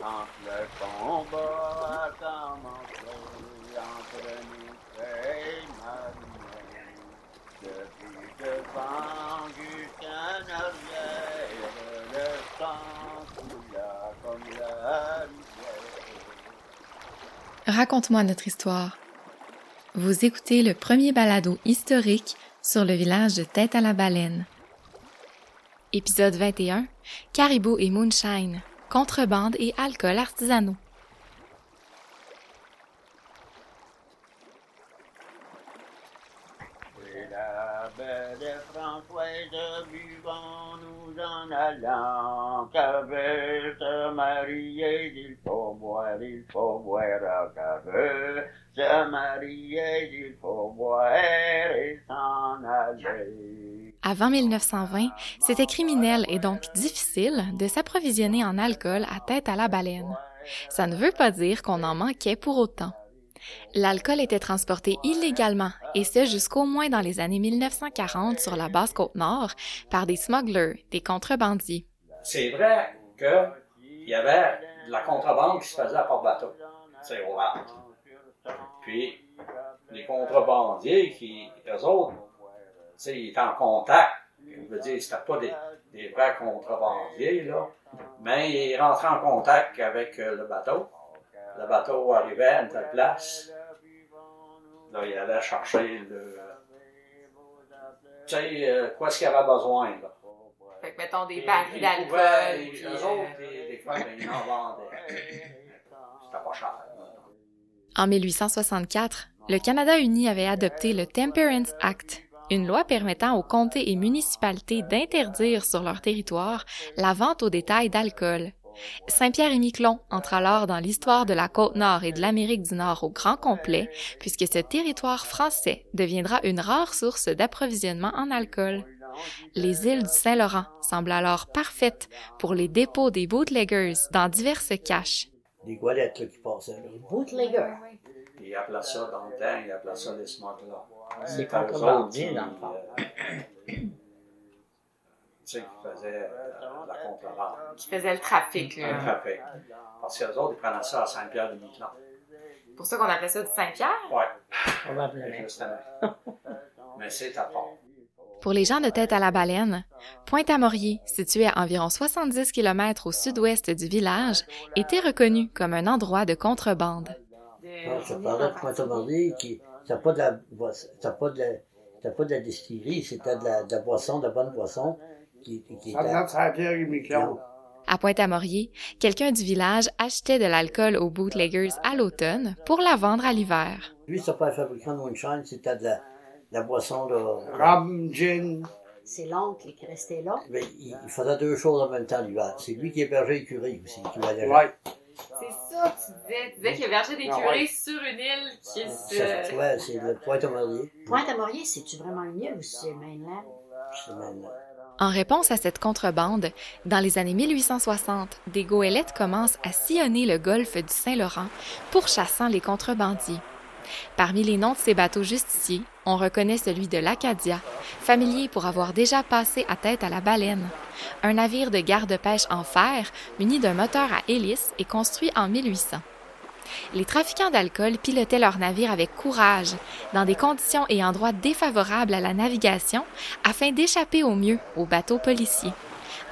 Quand le combat a commencé entre nous et Marie, depuis devant jusqu'à l'arrière, le sang coula comme la rivière. Raconte-moi notre histoire. Vous écoutez le premier balado historique sur le village de Tête à la Baleine. Épisode 21 Caribou et Moonshine, contrebande et alcool artisanaux. Et la belle Françoise buvant, nous en allant, qu'avait se marier, il faut boire, il faut boire, ah, qu'avait se marier, il faut boire et s'en aller. Avant 1920, c'était criminel et donc difficile de s'approvisionner en alcool à tête à la baleine. Ça ne veut pas dire qu'on en manquait pour autant. L'alcool était transporté illégalement, et ce jusqu'au moins dans les années 1940 sur la basse côte nord par des smugglers, des contrebandiers. C'est vrai qu'il y avait de la contrebande qui se faisait à Port-Bateau, c'est au Havre. Puis, les contrebandiers qui, eux autres, tu sais, ils étaient en contact. Je veux dire, c'était pas des, des vrais contrebandiers, là. Mais ils rentraient en contact avec euh, le bateau. Le bateau arrivait à une telle place. Là, ils allaient chercher le... Tu sais, euh, quoi ce qu'il y avait besoin, là. Fait que mettons des Ils- barils ils d'alcool. pouvaient- ils- puis, Eux euh, autres, des, des fois, ben, ils en vendaient. C'était pas cher, là. En 1864, le Canada uni avait adopté le Temperance Act, une loi permettant aux comtés et municipalités d'interdire sur leur territoire la vente au détail d'alcool. Saint-Pierre et Miquelon entre alors dans l'histoire de la côte nord et de l'Amérique du Nord au grand complet, puisque ce territoire français deviendra une rare source d'approvisionnement en alcool. Les îles du Saint-Laurent semblent alors parfaites pour les dépôts des bootleggers dans diverses caches. des goélettes là, qui passaient. Là. Bootlegger. Ils appelaient ça dans le temps, ils appelaient ça les smugglers. Les C'était eux autres contrebandiers, qui, dans le fond. euh, Tu sais, qui faisaient euh, la contrebande. Qui faisait le trafic, Un là. trafic. Parce qu'eux autres, ils prenaient ça à Saint-Pierre-de-Miquelon. Pour ça qu'on appelait ça du Saint-Pierre. Ouais, Probablement. justement. Mais c'est à part. Pour les gens de tête à la baleine, Pointe-à-Maurier, situé à environ 70 km au sud-ouest du village, était reconnu comme un endroit de contrebande. De Ah, Alors, ça parlait de Pointe-à-Maurier qui. C'était pas de la boisson. C'était pas de la, c'était pas de la distillerie, c'était de la, de la boisson, de la bonne boisson qui, qui Ça venait était. de Saint-Pierre et Miquelon. À Pointe-à-Maurier, quelqu'un du village achetait de l'alcool aux bootleggers à l'automne pour la vendre à l'hiver. Lui, c'était pas un fabricant de moonshine, c'était de la, de la boisson. Là, Rhum, gin. C'est l'oncle qui restait là. mais il, il faisait deux choses en même temps l'hiver. C'est lui qui hébergeait les curés aussi. Qui valait- Ouais. C'est ça, tu disais. Tu disais qu'il hébergeait des Ah ouais. curés sur une île qui Ça se se. trouvait, c'est le Pointe-à-Maurier. Pointe-à-Maurier, c'est-tu vraiment une île ou c'est mainland? C'est maintenant. En réponse à cette contrebande, dans les années 1860, des goélettes commencent à sillonner le golfe du Saint-Laurent, pourchassant les contrebandiers. Parmi les noms de ces bateaux justiciers, on reconnaît celui de l'Acadia, familier pour avoir déjà passé à tête à la baleine, un navire de garde-pêche en fer muni d'un moteur à hélice et construit en 1800. Les trafiquants d'alcool pilotaient leur navire avec courage, dans des conditions et endroits défavorables à la navigation, afin d'échapper au mieux aux bateaux policiers.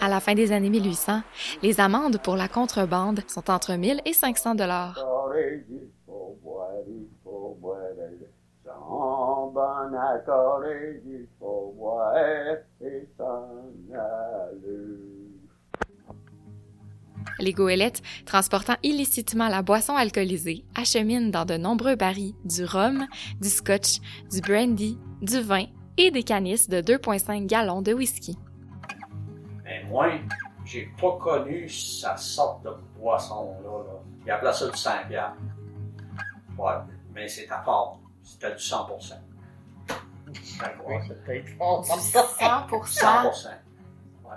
À la fin des années 1800, les amendes pour la contrebande sont entre 1000 et 500 dollars. Sorry, il faut boire, il faut boire. Sans bon accord, il faut boire et s'en aller. Les goélettes, transportant illicitement la boisson alcoolisée, acheminent dans de nombreux barils du rhum, du scotch, du brandy, du vin et des canisses de 2,5 gallons de whisky. Mais moi, j'ai pas connu sa sorte de boisson-là. Là. Ils appelaient ça du Saint-Pierre. Ouais, mais c'est à part. C'était du 100%. C'était quoi? Du 100%. 100%. Ouais.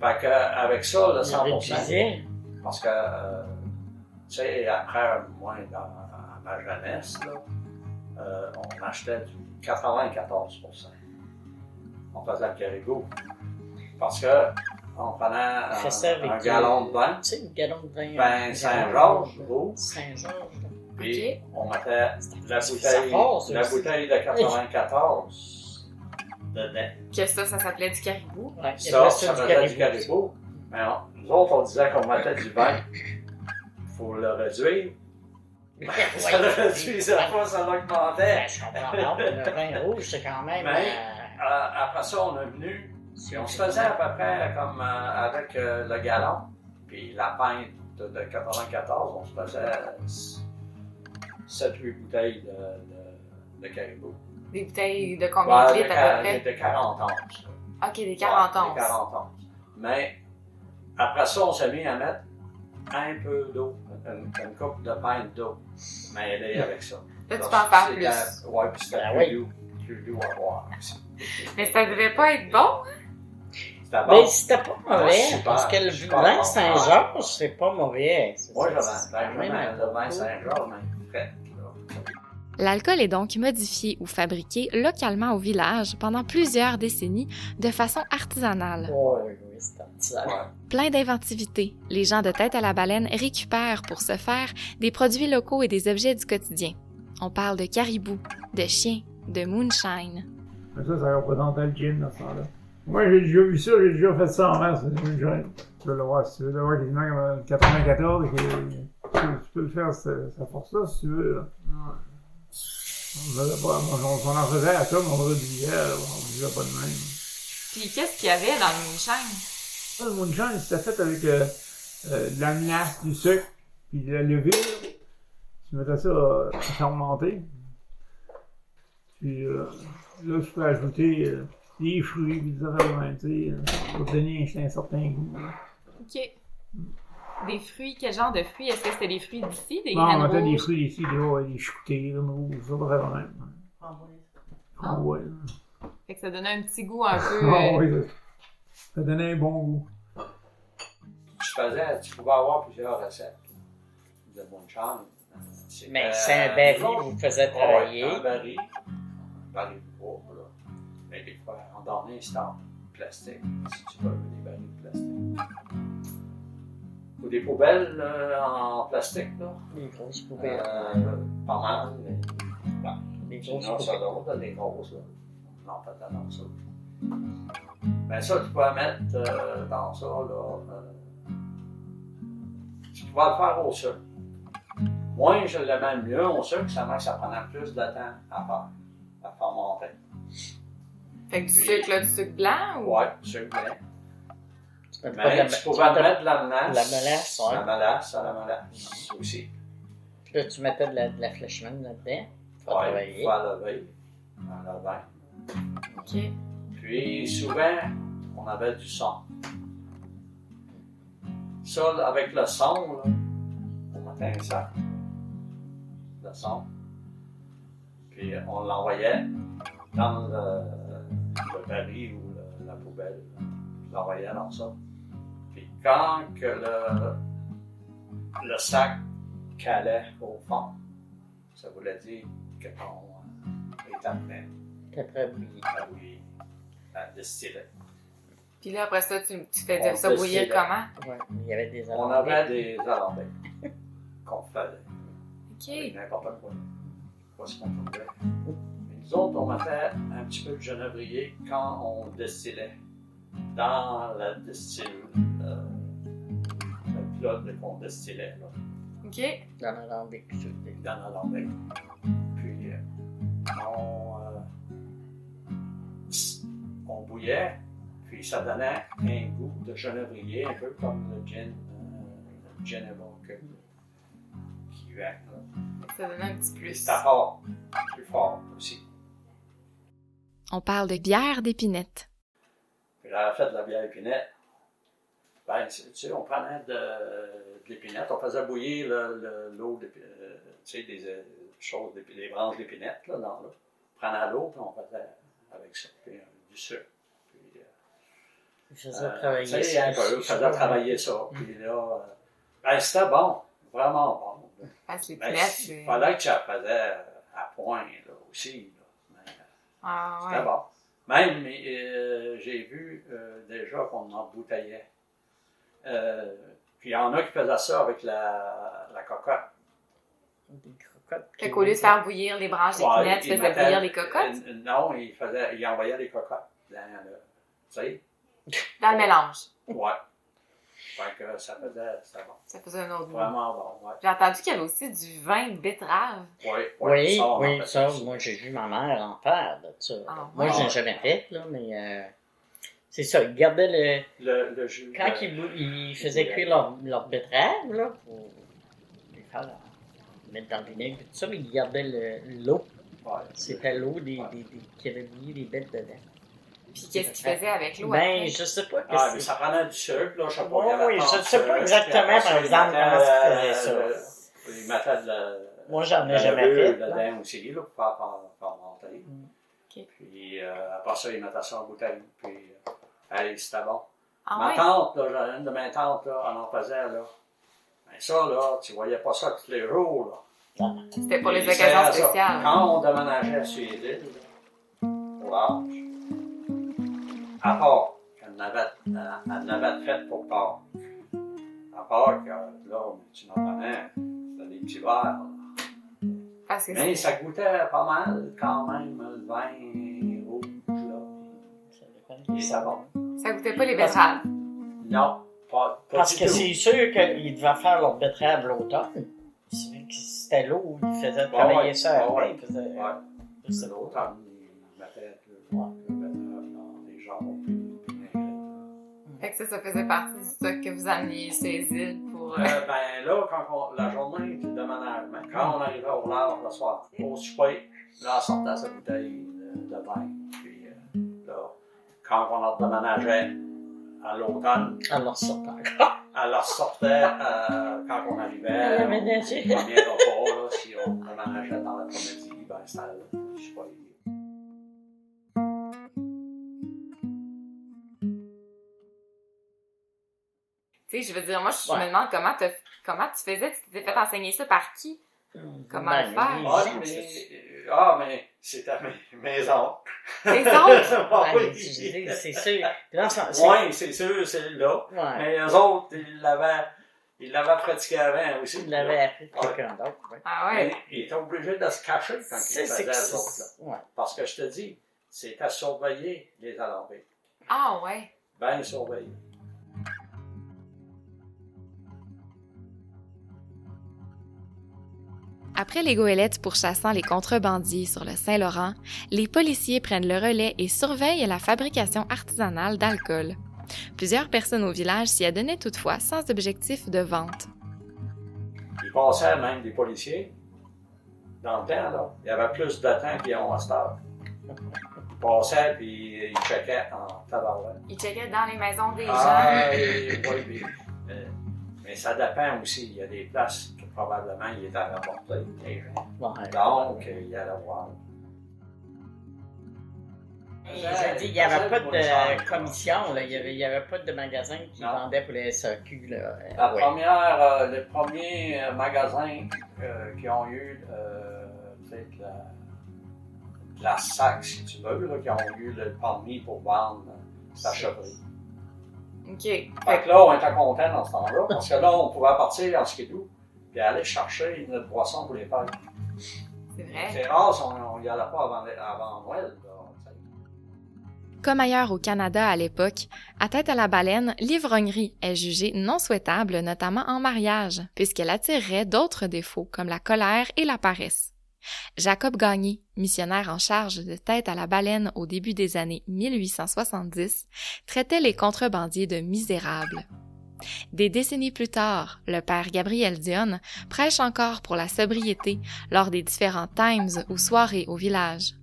Fait que, avec ça, le Ça 100%, parce que, euh, tu sais, après, moi, dans, dans ma jeunesse, là, euh, on achetait du 94%. On faisait le caribou. Parce que en prenant un, Fais ça avec un du- gallon de vin, Tu sais, le galon de vin. Ben, euh, Saint-Georges, rouge. Saint-Georges. puis on mettait la Ça bouteille, part, ça la aussi. bouteille de 94 dedans. Que ça, ça s'appelait du caribou. Ouais, il y Ça, avait ça du mettait du caribou. caribou. Mais on- nous autres, on disait qu'on mettait du vin. Faut le réduire. Ça le réduisait pas, ça l'augmentait. Ben, je comprends pas. Le vin rouge, c'est quand même. Mais- euh, Euh, après ça, on est venu, puis on se faisait à peu près comme euh, avec euh, le galon, puis la pinte de 94, on se faisait 7-8 bouteilles de, de, de caribou. Des bouteilles de combien Ouais, de de, litres à quar- peu de près? 40 onces. Ok, des 40 Ouais, des onces. 40 onces. Mais après ça, on s'est mis à mettre un peu d'eau, une, une coupe de pinte d'eau, mêlée avec ça. Là, tu Donc, peux en faire c'est plus. la- Ouais, puis c'était Ben plus, oui. doux, plus doux à boire. aussi. Mais ça devait pas être bon. C'était bon. Ben, c'était pas mauvais, Ah, super, parce que le super vin bon. Saint-Georges, c'est pas mauvais. C'est- Moi, c'est j'avais quand un même vin, un le vin bon Saint-Georges, mais frais. L'alcool est donc modifié ou fabriqué localement au village pendant plusieurs décennies de façon artisanale. pot. Oui, oui, oui, c'est artisanal. Ouais. Plein d'inventivité, les gens de tête à la baleine récupèrent pour ce faire des produits locaux et des objets du quotidien. On parle de caribou, de chien, de moonshine. Mais ça, ça représentait le gin à ce temps-là. Moi, j'ai déjà vu ça, j'ai déjà fait ça en mars, c'est une jeune. Tu peux le voir, si tu veux le voir quasiment comme un 94, que- tu, tu peux le faire, ce- sa force-là, si tu veux. Là. On faisait pas, on, on en faisait à ça, mais on faisait du bière, on ne vivait pas de même. Puis qu'est-ce qu'il y avait dans le moonshine? Ça, le moonshine, c'était fait avec euh, euh, de la glace, du sucre, puis de la levure. Tu mettais ça euh, à fermenter. Puis euh, là, tu peux ajouter euh, des fruits, puis des affaires de même, tu sais, euh, pour donner un, un certain goût. là. Ok. Des fruits, quel genre de fruits? Est-ce que c'était des fruits d'ici? Des Bon, on graines mettait des rouges? fruits ici, des, ouais, des choucoutés, des rouges, ça, des affaires de même. Ah ouais. Fait que ça donnait un petit goût un peu... Ah euh, ouais, ça- ça donnait un bon goût. Tu faisais, tu pouvais avoir plusieurs recettes de moonshine. C'était- Mais c'est un baril, Euh, Ouais, vous faisait travailler. un baril, un baril de bois, là. Mais des fois, en dernier, c'est en plastique, si tu veux, des barils de plastique. Ou des poubelles euh, en plastique, là. Des grosses poubelles. Euh, pas mal, mais Des grosses Sinon, ça poubelles. donne dans des grosses, là. Non, pas dans ça. Ben ça, tu peux mettre euh, dans ça, là. euh, tu pouvais le faire au sucre. Moins je l'aimais mieux au sucre, ça marche, ça prenait plus de temps à faire, à faire monter. euh, Fait que du sucre, là, du sucre blanc ou... Ouais, sucre blanc. Tu peux pas de Mais la- Ben, tu tu pouvais peux pas mettre de la menace. la mélasse, ouais. La menace, la menace aussi. de- Là, tu mettais de la, de la flèchement là-dedans. Faut Ouais, travailler. faire le veille. Dans le bain. Ok. Puis souvent, on avait du son. Ça, là, avec le son, là, on mettait un sac. Le son. Puis on l'envoyait dans le, le baril ou le- la poubelle. On l'envoyait dans ça. Puis quand que le, le sac calait au fond, ça voulait dire que ton était prêt T'es prêt à bouillir. à bouillir, à distiller. Puis là, après ça, tu, tu fais On dire ça le bouillir sait, comment? là. Ouais, Il y avait des On alambics. avait des alambics qu'on faisait, OK. n'importe quoi. Quoi ce qu'on trouvait. Mais nous autres, on mettait un petit peu de genévrier quand on distillait dans la distille, euh, le pilote qu'on distillait là, OK. Dans l'alambic, tu sais. dans l'alambic. Puis euh, on, euh, on bouillait, puis ça donnait un goût de genévrier, un peu comme le gin, euh, le Geneva que- qui vient là. Ça donnait un petit Puis plus. c'était fort, plus fort aussi. On parle de bière d'épinette. Puis là, fait de la bière épinette. Ben, tu sais, on prenait de, de l'épinette, on faisait bouillir le- le- l'eau, d'épi- euh, tu sais, des euh, choses, d'épi- des branches d'épinette, là, dans l'eau. On prenait l'eau, puis on faisait avec ça, puis euh, du sucre. Puis, euh, Ils faisaient euh, tu travailler. sais, un peu, on faisait travailler ça. Puis là, euh, ben, c'était bon, vraiment bon. là. Parce que les Ben, pilettes, c'est... il fallait que ça faisais à point, là, aussi. là. Mais, euh, Ah c'était ouais. bon. Même, euh, j'ai vu euh, déjà qu'on embouteillait. Euh, puis il y en a qui faisaient ça avec la, la cocotte. Des crocottes. Fait qu'au lieu de faire bouillir les branches Ouais, d'épinettes, tu ils faisais mettaient- bouillir les cocottes euh, non, ils faisaient, ils envoyaient les cocottes dans le, tu sais, dans le mélange. ouais. fait que ça faisait, c'était bon. Ça faisait un autre mot. Vraiment bon, ouais. J'ai entendu qu'il y avait aussi du vin de betterave. Ouais, ouais, Oui, ça, on en oui, fait ça, aussi. moi j'ai vu ma mère en faire de ça. Ah, moi, je ouais. n'ai jamais fait, là, mais euh, c'est ça, ils gardaient le, Le, le jus. Quand de- ils, bou- ils faisaient cuire leur, leur betterave, là, pour les faire euh, mettre dans le vinaigre, tout ça, mais ils gardaient le- l'eau. ouais, C'était l'eau des, des, des, qui avait bouilli les bêtes dedans. Puis qu'est-ce qu'ils faisaient avec l'eau Ben, après? je sais pas. Ah, qu'est-ce mais que ça prenait du sucre, là, je sais pas. Oui, il y avait oui, tant je de sais pas sucre, exactement, puis après par exemple, Ah, ça, ils comment ils mettaient, faisaient euh, Ils mettaient de la. c'est. Moi, j'en de ai la jamais levure fait. là. dedans aussi, là, pour faire fer- fermenter. Mm. Ok. Puis, euh, après ça, ils mettaient ça en bouteille, puis, euh, hey, c'était bon. ma Ah ouais? tante, là, j'en ai une de mes tantes, là, on en faisait, là. Mais ça, là, tu voyais pas ça tous les jours, là. C'était pour les Ils servaient occasions ça. spéciales. Quand on déménageait sur les îles, pour l'âge, à part qu'elle n'avait euh, elle en avait fait pour part, à part que là, tu n'en prenais, c'était des petits verres. là. Parce que Mais c'est- ça goûtait pas mal quand même, le vin rouge, là. Ça dépend. Et ça va. ça goûtait pas les betteraves. Non, pas, pas Parce du que tout. c'est sûr qu'ils devaient faire leur betterave l'automne. C'est vrai que C'était l'eau où ils faisaient travailler Bah ouais, ça. ouais, après, ouais. ils faisaient- euh, Ouais. Je sais C'est pas. l'automne, il mettait le Ouais. le betterave dans les jambons, puis les vinaigrettes. Fait que ça, ça faisait partie du stock que vous ameniez sur les îles pour... euh, Euh, ben là, quand on- la journée du déménagement, quand on arrivait au lard le soir, au souper, là, on sortait sa bouteille de, de vin. Puis euh, là, quand on leur déménageait à l'automne, Alors, sortant. elle leur sortait euh, quand on arrivait. Elle euh, aménageait. au premier repas, là, si on déménageait dans l'après-midi, ben c'était le souper. Tu sais, je veux dire, moi, je je Ouais. me demande comment, t'as- comment tu faisais. Tu t'étais fait enseigner ça par qui? Comment Ben, le faire? les Ah, gens, mais, c'est- ah, mais c'était mes, mes oncles. Tes oncles? Ah Ben, oui. je dis, c'est sûr. Là, ça- c'est- Oui, c'est sûr, c'est là. Ouais. Mais eux autres, ils l'avaient, ils l'avaient pratiqué avant aussi. Il l'avait appris de quelqu'un d'autre. ouais. Ah ouais? Mais ils étaient obligés de se cacher quand ils C'est le faisaient, c'est que eux autres. là. c'est- ouais. Parce que je te dis, c'était surveiller les alambics. Ah ouais? Bien surveillé. Après les goélettes pourchassant les contrebandiers sur le Saint-Laurent, les policiers prennent le relais et surveillent la fabrication artisanale d'alcool. Plusieurs personnes au village s'y adonnaient toutefois sans objectif de vente. Ils passaient même des policiers. Dans le temps, là, il y avait plus de temps qu'ils ont à cette heure. Ils passaient puis ils checkaient en tabarouette. Ils checkaient dans les maisons des gens. Ah, oui, oui, mais, euh, mais ça dépend aussi. Il y a des places que probablement ils étaient rapportés. les gens. Ouais. Donc, euh, il y allait voir. Ils ont dit, Il n'y avait pas de commission, là. il n'y avait, il y avait pas de magasin qui Non. Ah, vendait pour les SAQ. Là. La Ouais. première, euh, le premier euh, magasin euh, qui ont eu, euh, tu sais, de la, de la sac, si tu veux, là, qui ont eu le permis pour vendre sa chevrerie. OK. Fait Fait que que là, on était contents dans ce temps-là, parce que là, on pouvait partir en skidoo puis aller chercher notre boisson pour les fêtes. c'est vrai. C'est rare, si on n'y allait pas avant, les- avant Noël. là, tu sais. Comme ailleurs au Canada à l'époque, à tête à la baleine, l'ivrognerie est jugée non souhaitable, notamment en mariage, puisqu'elle attirerait d'autres défauts comme la colère et la paresse. Jacob Gagné, missionnaire en charge de tête à la baleine au début des années 1870, traitait les contrebandiers de misérables. Des décennies plus tard, le père Gabriel Dionne prêche encore pour la sobriété lors des différents times ou soirées au village.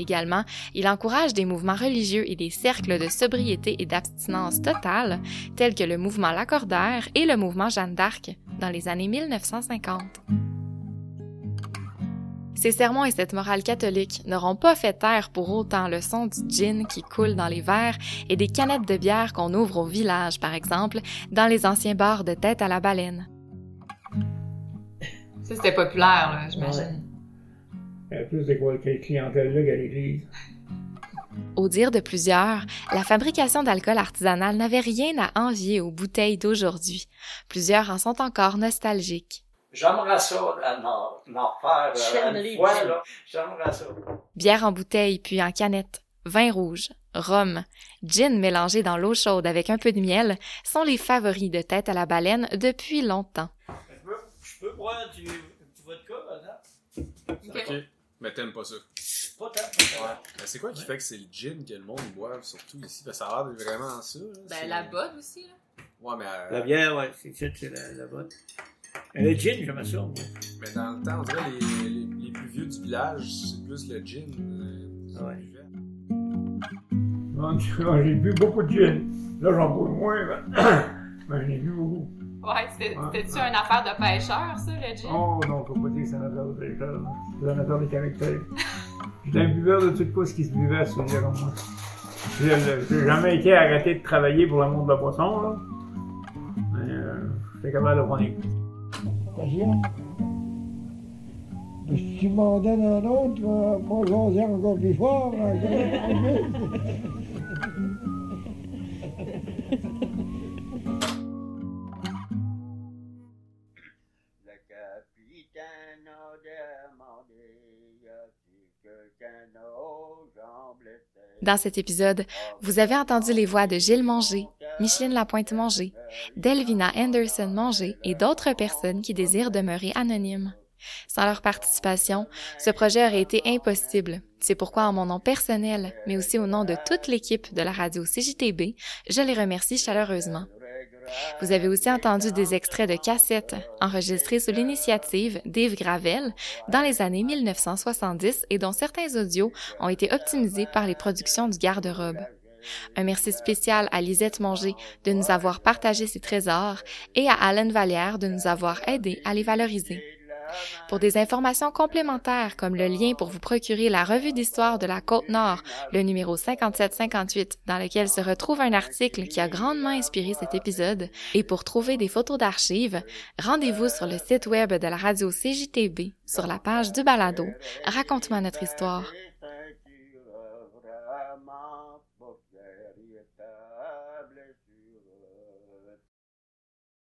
Également, il encourage des mouvements religieux et des cercles de sobriété et d'abstinence totale, tels que le mouvement Lacordaire et le mouvement Jeanne d'Arc, dans les années 1950. Ces sermons et cette morale catholique n'auront pas fait taire pour autant le son du gin qui coule dans les verres et des canettes de bière qu'on ouvre au village, par exemple, dans les anciens bars de tête à la baleine. Ça, c'était populaire, là, j'imagine. Il y a plus de quoi- que de clientèle là qu'à l'église. Au dire de plusieurs, la fabrication d'alcool artisanal n'avait rien à envier aux bouteilles d'aujourd'hui. Plusieurs en sont encore nostalgiques. J'aimerais ça, là, n'en n'en refaire euh, une Chandelier. fois, là. J'aimerais ça. Bière en bouteille puis en canette, vin rouge, rhum, gin mélangé dans l'eau chaude avec un peu de miel sont les favoris de tête à la baleine depuis longtemps. Je peux, je peux boire du, du vodka, là? Ok. Ok. Mais t'aimes pas ça. Pas tant, pas tant. Mais c'est quoi qui fait que c'est le gin que le monde boit, surtout ici? Parce que ça a l'air de vraiment ça. là. C'est- Ben, la bonne aussi, là. Ouais, mais, euh, La bière, ouais, c'est ça, c'est la, la bonne. Et Mm. le gin, j'aime ça, moi. mais dans le temps, on dirait les, les, les plus vieux du village, c'est plus le gin. euh, qu'ils Ah Ouais. buvaient. Donc, j'ai bu beaucoup de gin. Là, j'en bois moins, mais, mais j'en ai bu beaucoup. Ouais, c'était- Ouais. c'était-tu une affaire de pêcheur, ça, le gin? Oh non, faut pas dire que c'est un amateur de pêcheur. C'est un amateur de caractère. J'étais un buveur de toutes ce qui se buvait à ce sujet comme moi. J'ai- euh, J'ai j'ai jamais été arrêté de travailler pour le monde de la boisson, là. Mais euh, j'étais capable de prendre un coup. Si tu m'en donnes un autre, moi j'en ai encore plus fort. Le capitaine a demandé y a-t-il quelqu'un aux jambes blessées? Dans cet épisode, vous avez entendu les voix de Gilles Manger, Micheline Lapointe-Manger, Delvina Anderson Manger et d'autres personnes qui désirent demeurer anonymes. Sans leur participation, ce projet aurait été impossible. C'est pourquoi, en mon nom personnel, mais aussi au nom de toute l'équipe de la radio CJTB, je les remercie chaleureusement. Vous avez aussi entendu des extraits de cassettes enregistrés sous l'initiative d'Yves Gravel dans les années 1970 et dont certains audios ont été optimisés par les productions du garde-robe. Un merci spécial à Lisette Manger de nous avoir partagé ses trésors et à Alan Vallière de nous avoir aidés à les valoriser. Pour des informations complémentaires comme le lien pour vous procurer la revue d'histoire de la Côte-Nord, le numéro 5758, dans lequel se retrouve un article qui a grandement inspiré cet épisode, et pour trouver des photos d'archives, rendez-vous sur le site web de la radio CJTB, sur la page du balado Raconte-moi notre histoire.